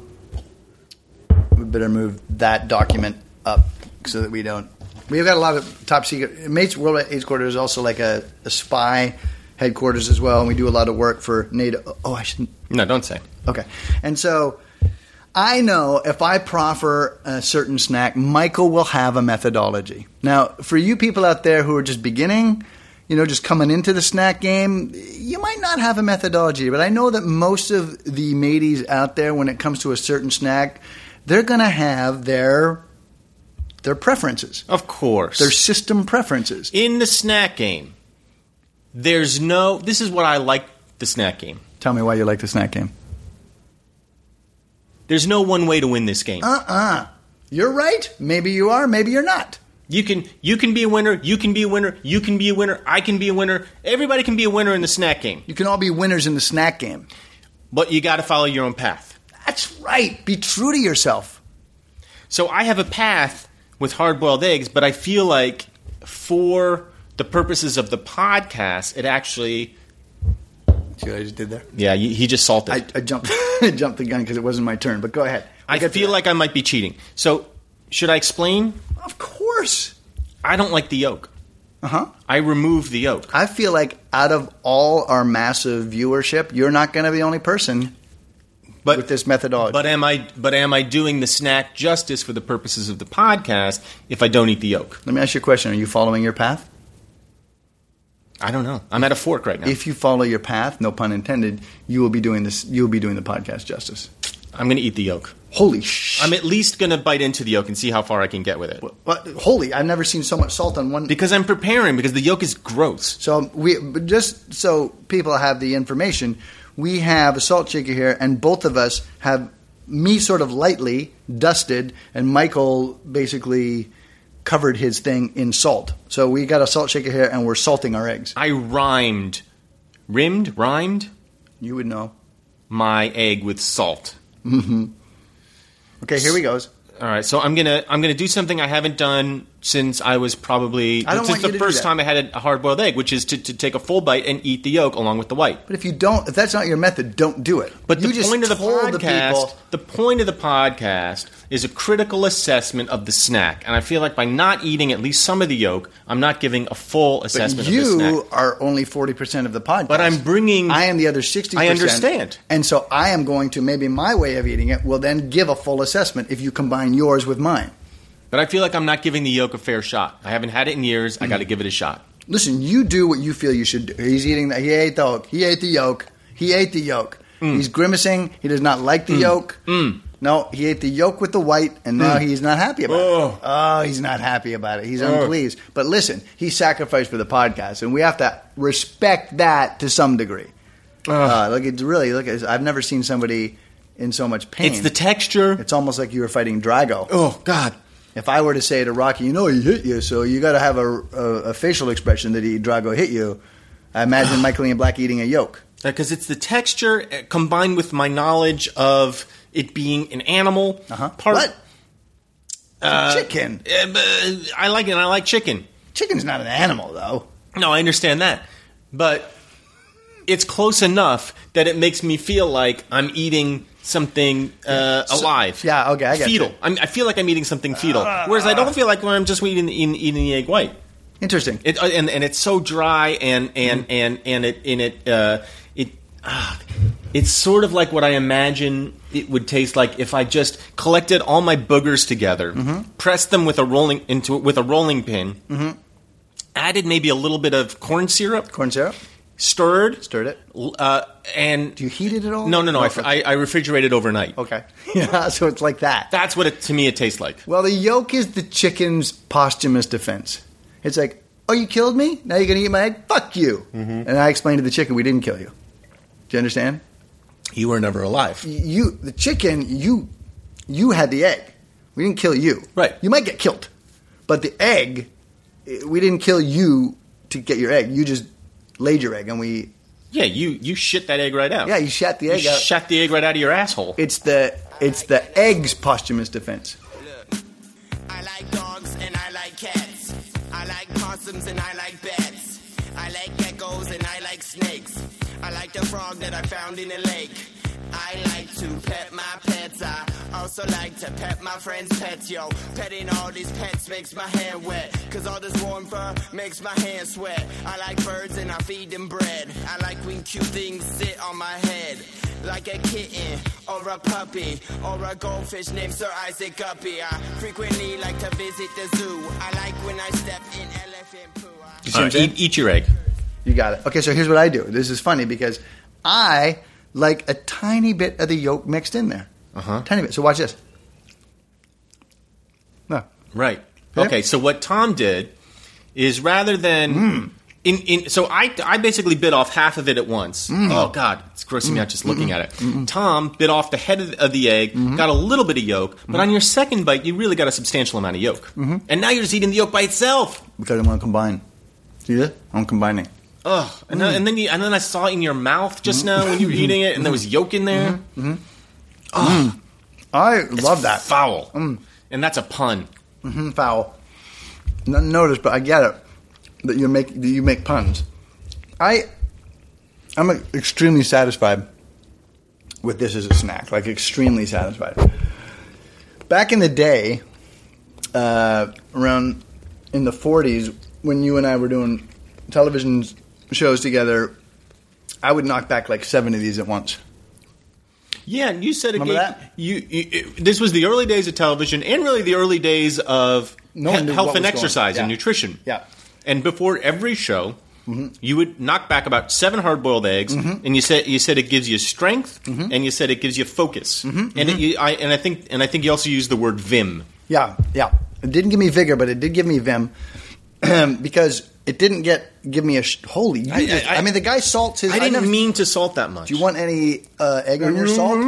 Speaker 1: we better move that document up so that we don't. We've got a lot of top secret. Mates World Headquarters is also like a, a spy headquarters as well, and we do a lot of work for NATO. Oh, I shouldn't.
Speaker 2: no, don't say.
Speaker 1: Okay. And so I know if I proffer a certain snack, Michael will have a methodology. Now, for you people out there who are just beginning, you know, just coming into the snack game, you might not have a methodology, but I know that most of the mateys out there, when it comes to a certain snack, they're going to have their their preferences,
Speaker 2: Of course,
Speaker 1: their system preferences.
Speaker 2: in the snack game. There's no. This is what I like the snack game.
Speaker 1: Tell me why you like the snack game.
Speaker 2: There's no one way to win this game.
Speaker 1: Uh-uh. You're right. Maybe you are. Maybe you're not.
Speaker 2: You can you can be a winner. You can be a winner. You can be a winner. I can be a winner. Everybody can be a winner in the snack game.
Speaker 1: You can all be winners in the snack game.
Speaker 2: But you got to follow your own path.
Speaker 1: That's right. Be true to yourself.
Speaker 2: So I have a path with hard-boiled eggs, but I feel like for the purposes of the podcast, it actually
Speaker 1: See what I just did there?
Speaker 2: yeah you- he just salted.
Speaker 1: I,
Speaker 2: I,
Speaker 1: I jumped I jumped the gun because it wasn't my turn. But go ahead. We'll get to
Speaker 2: feel
Speaker 1: that.
Speaker 2: like I might be cheating. So should I explain?
Speaker 1: of course.
Speaker 2: I don't like the yolk. Uh-huh. I removed the yolk.
Speaker 1: I feel like out of all our massive viewership, you're not going to be the only person
Speaker 2: But
Speaker 1: with this methodology.
Speaker 2: But am I but am I doing the snack justice for the purposes of the podcast if I don't eat the yolk?
Speaker 1: Let me ask you a question: Are you following your path?
Speaker 2: I don't know. I'm at a fork right now.
Speaker 1: If you follow your path, no pun intended, you will be doing this. You will be doing the podcast justice.
Speaker 2: I'm going to eat the yolk.
Speaker 1: Holy sh!
Speaker 2: I'm at least going to bite into the yolk and see how far I can get with it.
Speaker 1: But, holy! I've never seen so much salt on one.
Speaker 2: Because I'm preparing because the yolk is gross.
Speaker 1: So we but just so people have the information, we have a salt shaker here, and both of us have me sort of lightly dusted, and Michael basically covered his thing in salt. So we got a salt shaker here, and we're salting our eggs.
Speaker 2: I rhymed rimmed rhymed
Speaker 1: You would know.
Speaker 2: my egg with salt.
Speaker 1: Okay, here we goes.
Speaker 2: All right, so I'm gonna I'm gonna do something I haven't done since I was probably
Speaker 1: I don't
Speaker 2: this
Speaker 1: want
Speaker 2: is
Speaker 1: you
Speaker 2: the
Speaker 1: to do
Speaker 2: first
Speaker 1: that.
Speaker 2: time I had a hard boiled egg, which is to, to take a full bite and eat the yolk along with the white.
Speaker 1: But if you don't, if that's not your method, don't do it.
Speaker 2: But
Speaker 1: you
Speaker 2: the
Speaker 1: just
Speaker 2: point of the
Speaker 1: told
Speaker 2: podcast, the, point of the podcast is a critical assessment of the snack, and I feel like by not eating at least some of the yolk, I'm not giving a full assessment
Speaker 1: But
Speaker 2: of the snack.
Speaker 1: you are only 40% of the podcast.
Speaker 2: But I'm bringing-
Speaker 1: I am the other 60%.
Speaker 2: I understand.
Speaker 1: And so I am going to, maybe my way of eating it will then give a full assessment if you combine yours with mine.
Speaker 2: But I feel like I'm not giving the yolk a fair shot. I haven't had it in years. I got to give it a shot.
Speaker 1: Listen, you do what you feel you should do. He's eating that. He ate the yolk. He ate the yolk. He ate the yolk.
Speaker 2: Mm.
Speaker 1: He's grimacing. He does not like the yolk. No, he ate the yolk with the white, and now he's not happy about
Speaker 2: Mm. Oh.
Speaker 1: it. Oh, he's not happy about it. He's unpleased. But listen, he sacrificed for the podcast, and we have to respect that to some degree. Uh, look, it's really look. It's, I've never seen somebody in so much pain.
Speaker 2: It's the texture.
Speaker 1: It's almost like you were fighting Drago.
Speaker 2: oh God.
Speaker 1: If I were to say to Rocky, you know, he hit you, so you got to have a, a, a facial expression that he Drago hit you. I imagine Michael Ian Black eating a yolk.
Speaker 2: because Uh, it's the texture uh, combined with my knowledge of it being an animal.
Speaker 1: Uh-huh.
Speaker 2: Part,
Speaker 1: what? Chicken.
Speaker 2: Uh, but I like it. and I like chicken.
Speaker 1: Chicken's not an animal, though.
Speaker 2: No, I understand that, but it's close enough that it makes me feel like I'm eating something uh, alive.
Speaker 1: yeah, okay, I get
Speaker 2: fetal.
Speaker 1: you.
Speaker 2: I'm, I feel like I'm eating something fetal, whereas I don't feel like when I'm just eating eating, eating the egg white.
Speaker 1: Interesting.
Speaker 2: It, uh, and and it's so dry and and
Speaker 1: Mm-hmm.
Speaker 2: and and it in it uh, it uh, it's sort of like what I imagine it would taste like if I just collected all my boogers together,
Speaker 1: Mm-hmm.
Speaker 2: pressed them with a rolling into with a rolling pin, added maybe a little bit of corn syrup,
Speaker 1: Corn syrup.
Speaker 2: stirred,
Speaker 1: Stirred it.
Speaker 2: l- uh, and
Speaker 1: Do you heat it at all?
Speaker 2: no no no I,
Speaker 1: okay.
Speaker 2: I, I refrigerated overnight.
Speaker 1: okay. Yeah, so it's like that.
Speaker 2: That's what it, to me it tastes like.
Speaker 1: Well, the yolk is the chicken's posthumous defense. It's like, oh, you killed me? Now you're going to eat my egg? Fuck you.
Speaker 2: Mm-hmm.
Speaker 1: And I explained to the chicken, we didn't kill you. Do you understand?
Speaker 2: You were never alive.
Speaker 1: you the chicken you you had the egg we didn't kill you
Speaker 2: Right.
Speaker 1: you might get killed but the egg eh, we didn't kill you to get your egg you just laid your egg and we
Speaker 2: Yeah, you you shit that egg right out.
Speaker 1: yeah you shot the
Speaker 2: You
Speaker 1: egg out
Speaker 2: shot the egg right out of your asshole.
Speaker 1: it's the it's the egg's posthumous defense
Speaker 5: I like dogs and I like cats. I like possums and I like bats. I like geckos and I like snakes. I like the frog that I found in the lake. I like to pet my pets. I also like to pet my friends' pets, yo. Petting all these pets makes my hand wet. Cause all this warm fur makes my hands sweat. I like birds and I feed them bread. I like when cute things sit on my head like a kitten or a puppy or a goldfish named Sir Isaac Guppy. I frequently like to visit the zoo. I like when I step in elephant poo. I-
Speaker 1: see what I'm saying?
Speaker 2: eat, eat your egg.
Speaker 1: you got it okay so here's what i do this is funny because i like a tiny bit of the yolk mixed in there uh-huh tiny bit so watch this no
Speaker 2: Right.
Speaker 1: Yeah.
Speaker 2: Okay. So what Tom did is rather than
Speaker 1: Hmm.
Speaker 2: in in so I I basically bit off half of it at once.
Speaker 1: Hmm.
Speaker 2: Oh God, it's grossing me out just looking at it. Tom bit off the head of, of the egg,
Speaker 1: Hmm.
Speaker 2: got a little bit of yolk, but on your second bite, you really got a substantial amount of yolk,
Speaker 1: Mm-hmm.
Speaker 2: and now you're just eating the yolk by itself.
Speaker 1: because i'm going to combine see this i'm combining
Speaker 2: Ugh. And,
Speaker 1: Hmm.
Speaker 2: then, and then you, and then I saw it in your mouth just now when you were eating it, and there was yolk in there.
Speaker 1: I love Hmm. that.
Speaker 2: foul. And that's a pun.
Speaker 1: Mm, foul. Not noticed, but I get it that you make that you make puns. I I'm extremely satisfied with this as a snack. Like extremely satisfied. Back in the day, uh, around in the 40s, when you and I were doing television shows together, I would knock back like seven of these at once.
Speaker 2: Yeah, and you said a
Speaker 1: Remember
Speaker 2: gig-
Speaker 1: that?
Speaker 2: You, you it- this was the early days of television, and really the early days of
Speaker 1: No
Speaker 2: he-
Speaker 1: one knew
Speaker 2: health
Speaker 1: what
Speaker 2: and
Speaker 1: was going-
Speaker 2: exercise and
Speaker 1: yeah.
Speaker 2: nutrition.
Speaker 1: Yeah. Mm-hmm.
Speaker 2: And before every show, you would knock back about seven hard-boiled eggs, and you said you said it gives you strength,
Speaker 1: Mm-hmm.
Speaker 2: and you said it gives you focus, and It, you, I and I think and I think you also used the word vim.
Speaker 1: Yeah, yeah. It didn't give me vigor, but it did give me vim because it didn't get give me a sh- holy. You
Speaker 2: I-
Speaker 1: just-
Speaker 2: I-
Speaker 1: I, mean, the guy salts his.
Speaker 2: I didn't
Speaker 1: never-
Speaker 2: mean to salt that much.
Speaker 1: Do you want any uh, egg on your salt?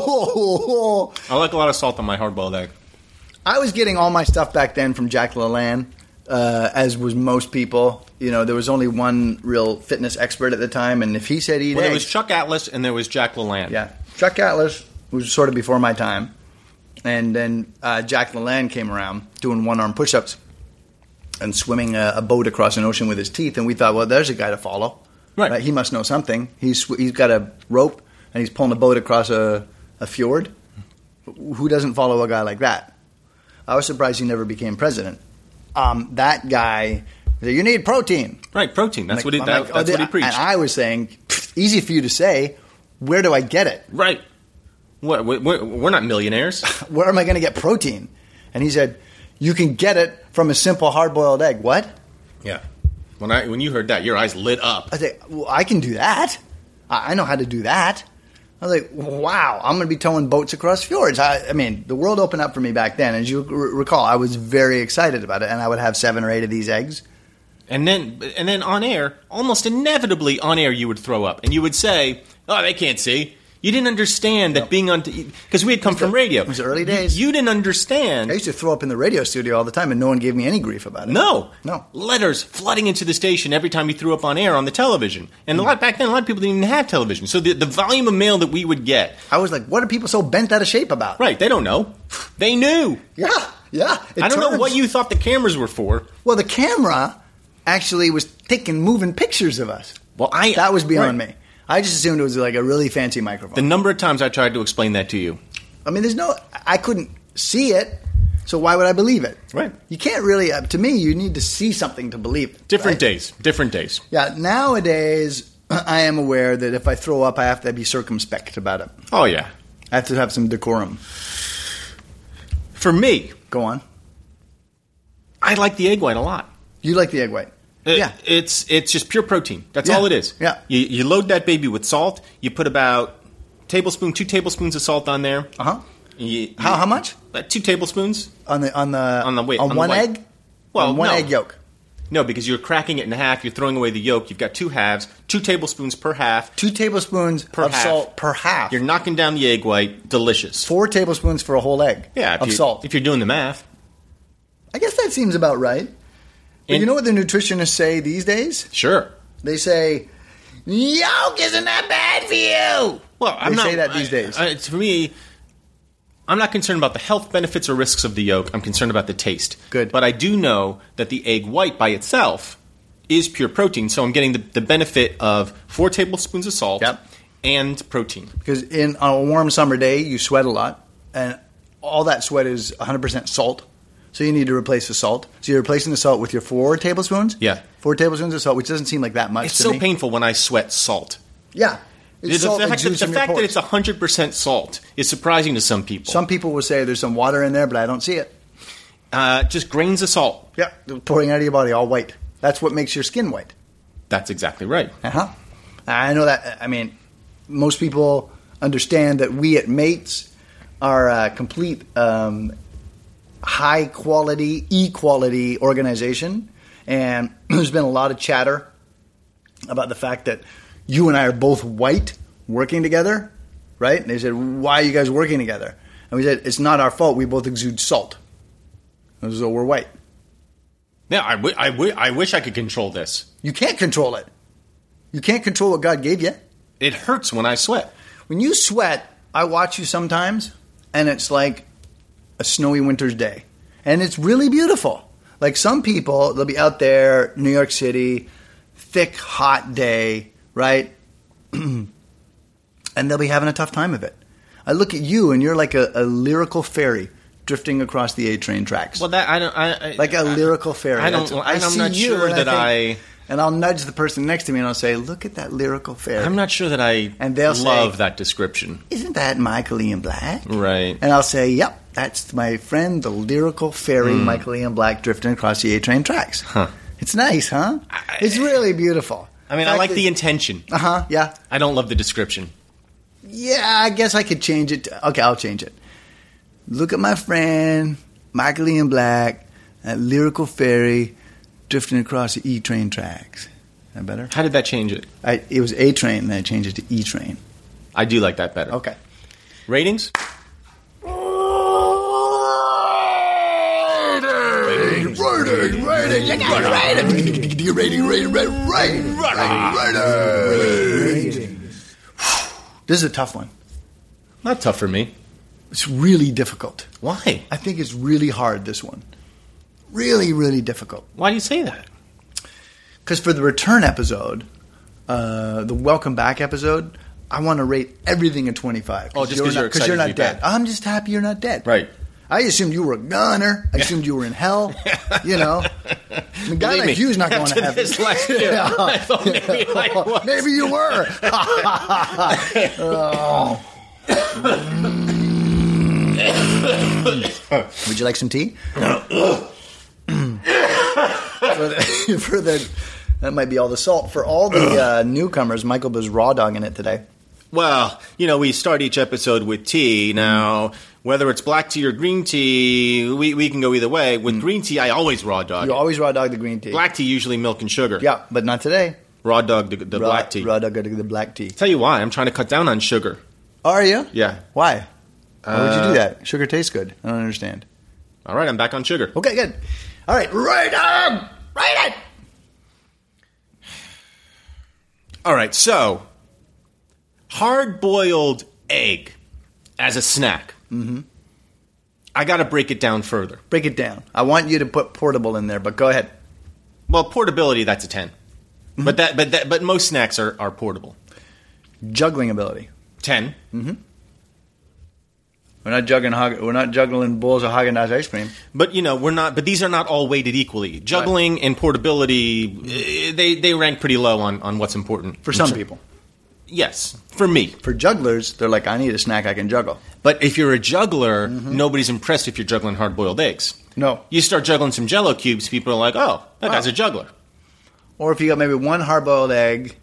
Speaker 1: Oh,
Speaker 2: I like a lot of salt on my hard-boiled egg.
Speaker 1: I was getting all my stuff back then from Jack LaLanne, uh, as was most people. You know, there was only one real fitness expert at the time, and if he said eat
Speaker 2: Well, there
Speaker 1: eggs,
Speaker 2: was Chuck Atlas and there was Jack LaLanne.
Speaker 1: yeah, Chuck Atlas was sort of before my time, and then uh, Jack LaLanne came around doing one arm push ups and swimming a, a boat across an ocean with his teeth, and we thought, well, there's a guy to follow.
Speaker 2: Right.
Speaker 1: he must know something. He's sw- he's got a rope and he's pulling a boat across a, a fjord. Who doesn't follow a guy like that? I was surprised he never became president. Um, that guy, you need protein.
Speaker 2: Right, protein. That's
Speaker 1: Like,
Speaker 2: what he
Speaker 1: I'm
Speaker 2: that,
Speaker 1: like, oh,
Speaker 2: that's what he
Speaker 1: the-
Speaker 2: preached.
Speaker 1: And I was saying, "Pfft, easy for you to say. Where do I get it?
Speaker 2: right. What, we- we're, we're not millionaires.
Speaker 1: Where am I going to get protein? And he said, you can get it from a simple hard-boiled egg. What?
Speaker 2: Yeah. When I when you heard that, your eyes lit up.
Speaker 1: I was like, well, I can do that. I, I know how to do that. I was like, wow, I'm going to be towing boats across fjords. I, I mean, the world opened up for me back then. As you r- recall, I was very excited about it, and I would have seven or eight of these eggs.
Speaker 2: And then and then on air, almost inevitably on air you would throw up. And you would say, "Oh, they can't see." You didn't understand that being on because we had come from radio. It
Speaker 1: was the early days.
Speaker 2: You, didn't understand.
Speaker 1: I used to throw up in the radio studio all the time, and no one gave me any grief about it.
Speaker 2: No,
Speaker 1: No.
Speaker 2: letters flooding into the station every time you threw up on air on the television. And a lot back then, a lot of people didn't even have television, so the, the volume of mail that we would get,
Speaker 1: I was like, what are people so bent out of shape about?
Speaker 2: right? They don't know. They knew.
Speaker 1: Yeah, yeah. it
Speaker 2: I don't know
Speaker 1: turns-
Speaker 2: what you thought the cameras were for.
Speaker 1: Well, the camera actually was taking moving pictures of us.
Speaker 2: Well, I
Speaker 1: That was beyond
Speaker 2: right.
Speaker 1: me. I just assumed it was like a really fancy microphone.
Speaker 2: The number of times I tried to explain that to you.
Speaker 1: I mean, there's no. I couldn't see it, so why would I believe it?
Speaker 2: Right.
Speaker 1: You can't really. Uh, to me, you need to see something to believe. It,
Speaker 2: Different
Speaker 1: right?
Speaker 2: days, different days.
Speaker 1: Yeah. Nowadays, I am aware that if I throw up, I have to be circumspect about it.
Speaker 2: Oh yeah.
Speaker 1: I have to have some decorum.
Speaker 2: For me,
Speaker 1: Go on.
Speaker 2: I like the egg white a lot.
Speaker 1: You like the egg white?
Speaker 2: It-
Speaker 1: yeah.
Speaker 2: It's it's just pure protein. That's
Speaker 1: Yeah.
Speaker 2: all it is.
Speaker 1: Yeah.
Speaker 2: You, you load that baby with salt. You put about tablespoon, two tablespoons of salt on there.
Speaker 1: Uh huh.
Speaker 2: You-
Speaker 1: How how much
Speaker 2: Uh, two tablespoons.
Speaker 1: on the on the
Speaker 2: On the wait, on
Speaker 1: on
Speaker 2: the
Speaker 1: one
Speaker 2: white.
Speaker 1: egg?
Speaker 2: Well,
Speaker 1: on one
Speaker 2: no.
Speaker 1: egg yolk.
Speaker 2: No, because you're cracking it in half. You're throwing away the yolk. You've got two halves, two tablespoons per half.
Speaker 1: Two tablespoons
Speaker 2: Per
Speaker 1: of
Speaker 2: half.
Speaker 1: salt per half.
Speaker 2: You're knocking down the egg white. Delicious.
Speaker 1: four tablespoons for a whole egg.
Speaker 2: yeah, if
Speaker 1: of
Speaker 2: you-
Speaker 1: salt.
Speaker 2: If you're doing the math,
Speaker 1: I guess that seems about right. But
Speaker 2: And-
Speaker 1: you know what the nutritionists say these days?
Speaker 2: sure.
Speaker 1: They say, "Yolk isn't that bad for you."
Speaker 2: Well, I'm
Speaker 1: They
Speaker 2: not
Speaker 1: say that these
Speaker 2: I-
Speaker 1: days.
Speaker 2: I- it's- for me, I'm not concerned about the health benefits or risks of the yolk. I'm concerned about the taste.
Speaker 1: Good.
Speaker 2: But I do know that the egg white by itself is pure protein, so I'm getting the, the benefit of four tablespoons of salt
Speaker 1: Yep.
Speaker 2: and protein.
Speaker 1: Because in on a warm summer day, you sweat a lot, and all that sweat is 100% salt. So you need to replace the salt. So you're replacing the salt with your four tablespoons.
Speaker 2: Yeah.
Speaker 1: four tablespoons of salt, which doesn't seem like that much.
Speaker 2: It's
Speaker 1: to
Speaker 2: so
Speaker 1: me.
Speaker 2: painful when I sweat salt.
Speaker 1: Yeah, it's
Speaker 2: the
Speaker 1: salt
Speaker 2: fact, that,
Speaker 1: exudes
Speaker 2: the
Speaker 1: from your
Speaker 2: fact that
Speaker 1: pores.
Speaker 2: it's 100% salt is surprising to some people.
Speaker 1: Some people will say there's some water in there, but I don't see it.
Speaker 2: uh, just grains of salt.
Speaker 1: Yeah, pouring out of your body, all white. That's what makes your skin white.
Speaker 2: That's exactly right.
Speaker 1: Uh huh. I know that. I mean, most people understand that we at Mates are a complete um, high quality, equality organization. And there's been a lot of chatter about the fact that you and I are both white working together, right? And they said, Why are you guys working together? And we said, It's not our fault. We both exude salt. And so we're white.
Speaker 2: Yeah, I wi- I wi- I wish I could control this.
Speaker 1: You can't control it. You can't control what God gave you.
Speaker 2: It hurts when I sweat.
Speaker 1: When you sweat, I watch you sometimes, and it's like a snowy winter's day. And it's really beautiful. Like some people, they'll be out there, New York City, thick, hot day, right? and they'll be having a tough time of it. I look at you, and you're like a, a lyrical fairy drifting across the A train tracks.
Speaker 2: Well, that I don't. I, I,
Speaker 1: like a
Speaker 2: I-
Speaker 1: lyrical fairy.
Speaker 2: I don't.
Speaker 1: That's-
Speaker 2: I am
Speaker 1: see
Speaker 2: not
Speaker 1: you,
Speaker 2: sure
Speaker 1: and
Speaker 2: that
Speaker 1: think- And I'll nudge the person next to me and I'll say, "Look at that lyrical fairy."
Speaker 2: I. I'm not sure that I
Speaker 1: And they'll
Speaker 2: love
Speaker 1: say-
Speaker 2: that description.
Speaker 1: Isn't that Michael Ian Black?
Speaker 2: Right.
Speaker 1: And I'll say, "Yep, that's my friend, the lyrical fairy, Michael Ian Black, drifting across the A train tracks."
Speaker 2: Hmm. Huh.
Speaker 1: It's nice, huh? it's really beautiful.
Speaker 2: I mean, I like the intention.
Speaker 1: Uh huh. Yeah.
Speaker 2: I don't love the description.
Speaker 1: Yeah, I guess I could change it. to- okay, I'll change it. Look at my friend, Michael Ian Black, that lyrical fairy drifting across the E train tracks. That better?
Speaker 2: How did that change it?
Speaker 1: I, it was A train, then I changed it to E train.
Speaker 2: I do like that better.
Speaker 1: Okay.
Speaker 2: Ratings?
Speaker 1: This is a tough one.
Speaker 2: Not tough for me.
Speaker 1: It's really difficult.
Speaker 2: Why?
Speaker 1: I think it's really hard, this one. Really, really difficult.
Speaker 2: Why do you say that?
Speaker 1: Because for the return episode, uh, the welcome back episode, I want to rate everything a 25.
Speaker 2: Oh, just 'cause you're
Speaker 1: not- you're
Speaker 2: excited to
Speaker 1: not
Speaker 2: be
Speaker 1: dead.
Speaker 2: back.
Speaker 1: I'm just happy you're not dead.
Speaker 2: Right.
Speaker 1: I assumed you were a goner. I assumed you were in hell. You know, I mean, a guy
Speaker 2: Believe
Speaker 1: like
Speaker 2: me,
Speaker 1: you's not going
Speaker 2: after
Speaker 1: to heaven.
Speaker 2: this last year, I thought maybe I was.
Speaker 1: Maybe you were. Oh. Would you like some tea? for the, for the that might be all the salt for all the uh, newcomers. Michael was raw dogging it today.
Speaker 2: Well, you know, we start each episode with tea. Now, whether it's black tea or green tea, we, we can go either way. With green tea, I always raw dog.
Speaker 1: Mm. You
Speaker 2: it.
Speaker 1: always raw dog the green tea.
Speaker 2: black tea, usually milk and sugar.
Speaker 1: Yeah, but not today.
Speaker 2: Raw dog, the, the
Speaker 1: Raw-
Speaker 2: black tea.
Speaker 1: Raw dog the black tea. Oh,
Speaker 2: Tell you why, I'm trying to cut down on sugar.
Speaker 1: Are you?
Speaker 2: Yeah. Uh,
Speaker 1: Why? Why would you do that? Sugar tastes good. I don't understand.
Speaker 2: All right, I'm back on sugar.
Speaker 1: Okay, good. All right, right on, right on.
Speaker 2: All right, so hard boiled egg as a snack. Mm-hmm. I got to break it down further.
Speaker 1: Break it down. I want you to put portable in there, but go ahead.
Speaker 2: Well, portability, that's a 10.
Speaker 1: Mm-hmm.
Speaker 2: But that, but that, but most snacks are, are portable.
Speaker 1: Juggling ability.
Speaker 2: 10.
Speaker 1: Mm-hmm. We're not juggling. Hog- we're not juggling bowls of Haagen Dazs ice cream.
Speaker 2: But you know, we're not. But these are not all weighted equally. Juggling and portability, eh, they they rank pretty low on on what's important
Speaker 1: For some people,
Speaker 2: Yes, for me.
Speaker 1: for jugglers, they're like, I need a snack I can juggle.
Speaker 2: But if you're a juggler,
Speaker 1: Mm-hmm.
Speaker 2: nobody's impressed if you're juggling hard boiled eggs.
Speaker 1: No.
Speaker 2: you start juggling some Jello cubes, people are like, "Oh, that guy's a juggler."
Speaker 1: Or if you got maybe one hard-boiled egg,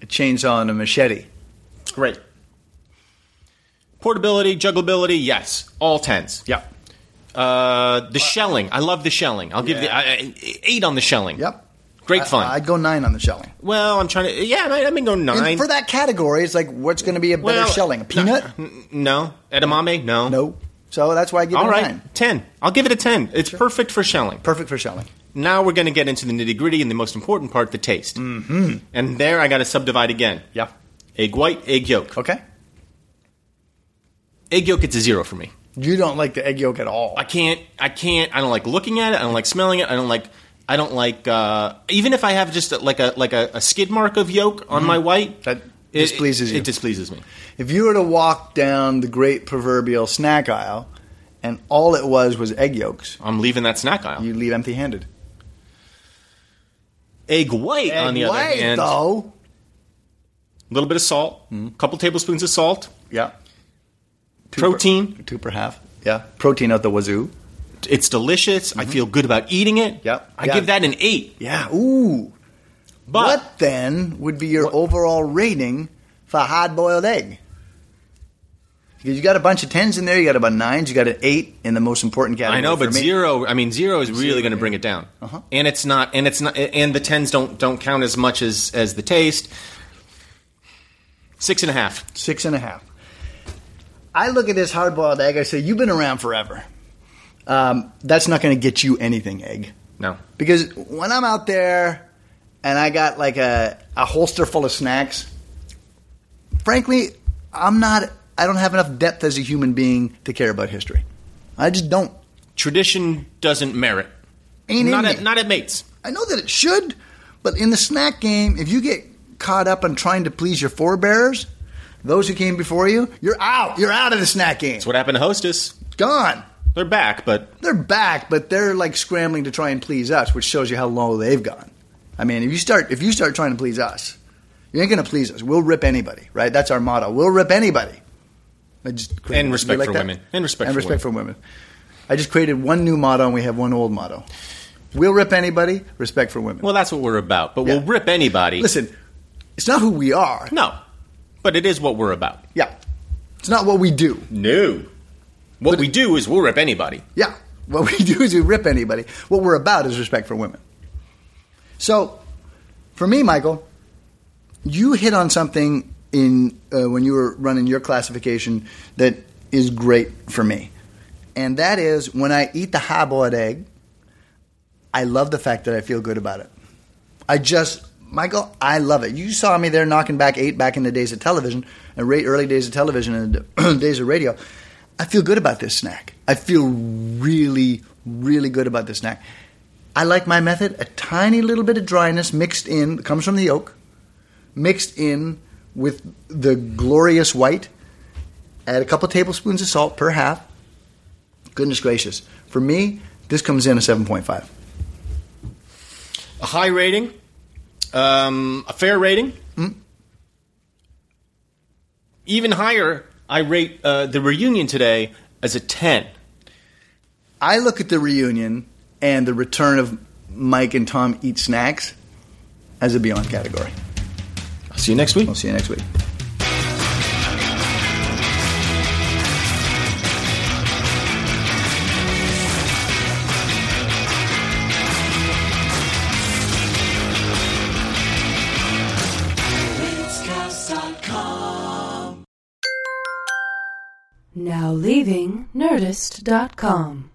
Speaker 1: a chainsaw, and a machete.
Speaker 2: Great. Portability, jugglability, yes, all tens.
Speaker 1: Yep.
Speaker 2: Uh, the shelling, I love the shelling. I'll give the I, I, eight on the shelling.
Speaker 1: Yep.
Speaker 2: Great fun.
Speaker 1: I, would go nine on the shelling.
Speaker 2: well, I'm trying to. Yeah, I, I mean, go
Speaker 1: And
Speaker 2: nine
Speaker 1: for that category, it's like, what's going to be a better
Speaker 2: Well,
Speaker 1: shelling? A peanut?
Speaker 2: No. Edamame? No.
Speaker 1: No. So that's why I give
Speaker 2: All
Speaker 1: it a
Speaker 2: right.
Speaker 1: nine.
Speaker 2: 10. I'll give it a 10. It's perfect for shelling.
Speaker 1: Perfect for shelling.
Speaker 2: Now we're going to get into the nitty gritty and the most important part, the taste. Mm-hmm. And there I got to subdivide again.
Speaker 1: Yeah.
Speaker 2: Egg white, egg yolk.
Speaker 1: Okay.
Speaker 2: Egg yolk, it's a zero for me.
Speaker 1: You don't like the egg yolk at all.
Speaker 2: I can't, I can't, I don't like looking at it. I don't like smelling it. I don't like, I don't like, uh, even if I have just a, like a, like a, a skid mark of yolk on my white.
Speaker 1: Mm-hmm. That
Speaker 2: it-
Speaker 1: displeases
Speaker 2: it,
Speaker 1: you.
Speaker 2: It displeases me.
Speaker 1: If you were to walk down the great proverbial snack aisle and all it was was egg yolks,
Speaker 2: I'm leaving that snack aisle.
Speaker 1: you'd leave empty handed.
Speaker 2: egg white, on the other hand. A
Speaker 1: though. Mm-hmm.
Speaker 2: little bit of salt, a couple tablespoons of salt,
Speaker 1: Yeah. Two
Speaker 2: protein.
Speaker 1: Per, two per half. Yeah. Protein out the wazoo.
Speaker 2: It's delicious. I feel good about eating it.
Speaker 1: Mm-hmm. Yep.
Speaker 2: I
Speaker 1: Yeah.
Speaker 2: give that an eight.
Speaker 1: Yeah. Ooh.
Speaker 2: But
Speaker 1: what then would be your overall rating for a hard boiled egg? Because you got a bunch of tens in there, you got about nines, you got an eight in the most important category.
Speaker 2: I know,
Speaker 1: for
Speaker 2: but
Speaker 1: me.
Speaker 2: zero. I mean, zero is really going to bring it down.
Speaker 1: Uh-huh.
Speaker 2: And it's not. And it's not. And the tens don't don't count as much as as the taste. Six and a half.
Speaker 1: Six and a half. I look at this hard boiled egg, I say, You've been around forever. Um, that's not going to get you anything, egg.
Speaker 2: No.
Speaker 1: Because when I'm out there and I got like a, a holster full of snacks, frankly, I'm not, I don't have enough depth as a human being to care about history. I just don't.
Speaker 2: Tradition doesn't merit.
Speaker 1: Ain't in
Speaker 2: not
Speaker 1: me.
Speaker 2: at not at mates.
Speaker 1: I know that it should, but in the snack game, if you get caught up in trying to please your forebears, those who came before you, you're out. You're out of the snack game.
Speaker 2: What happened to hostess?
Speaker 1: gone.
Speaker 2: They're back, but
Speaker 1: They're back, but they're like scrambling to try and please us, which shows you how low they've gone. I mean, if you start if you start trying to please us, you ain't gonna please us. We'll rip anybody, right? That's our motto. We'll rip anybody. I just created-
Speaker 2: And respect
Speaker 1: you
Speaker 2: for women. And respect
Speaker 1: and
Speaker 2: for
Speaker 1: respect for women. I just created one new motto, and we have one old motto. We'll rip anybody. Respect for women.
Speaker 2: well, that's what we're about. But we'll
Speaker 1: Yeah.
Speaker 2: rip anybody.
Speaker 1: listen, it's not who we are.
Speaker 2: no, but it is what we're about.
Speaker 1: Yeah, it's not what we do.
Speaker 2: No, what we do is we'll rip anybody.
Speaker 1: Yeah. What we do is we rip anybody. What we're about is respect for women. So, for me, Michael, you hit on something in uh, when you were running your classification that is great for me, and that is when I eat the hard-boiled egg. I love the fact that I feel good about it. I just, Michael, I love it. You saw me there knocking back eight back in the days of television and ra- early days of television and the days of radio. I feel good about this snack. I feel really, really good about this snack. I like my method. A tiny little bit of dryness mixed in comes from the yolk, mixed in with the glorious white. Add a couple tablespoons of salt per half. Goodness gracious. For me, this comes in a 7.5.
Speaker 2: A high rating, um, a fair rating, even higher. I rate uh, the reunion today as a ten.
Speaker 1: I look at the reunion and the return of Mike and Tom eat snacks as a beyond category.
Speaker 2: I'll see you next week.
Speaker 1: We'll see you next week.
Speaker 3: Blitzcast.com.
Speaker 6: Now leaving Nerdist.com.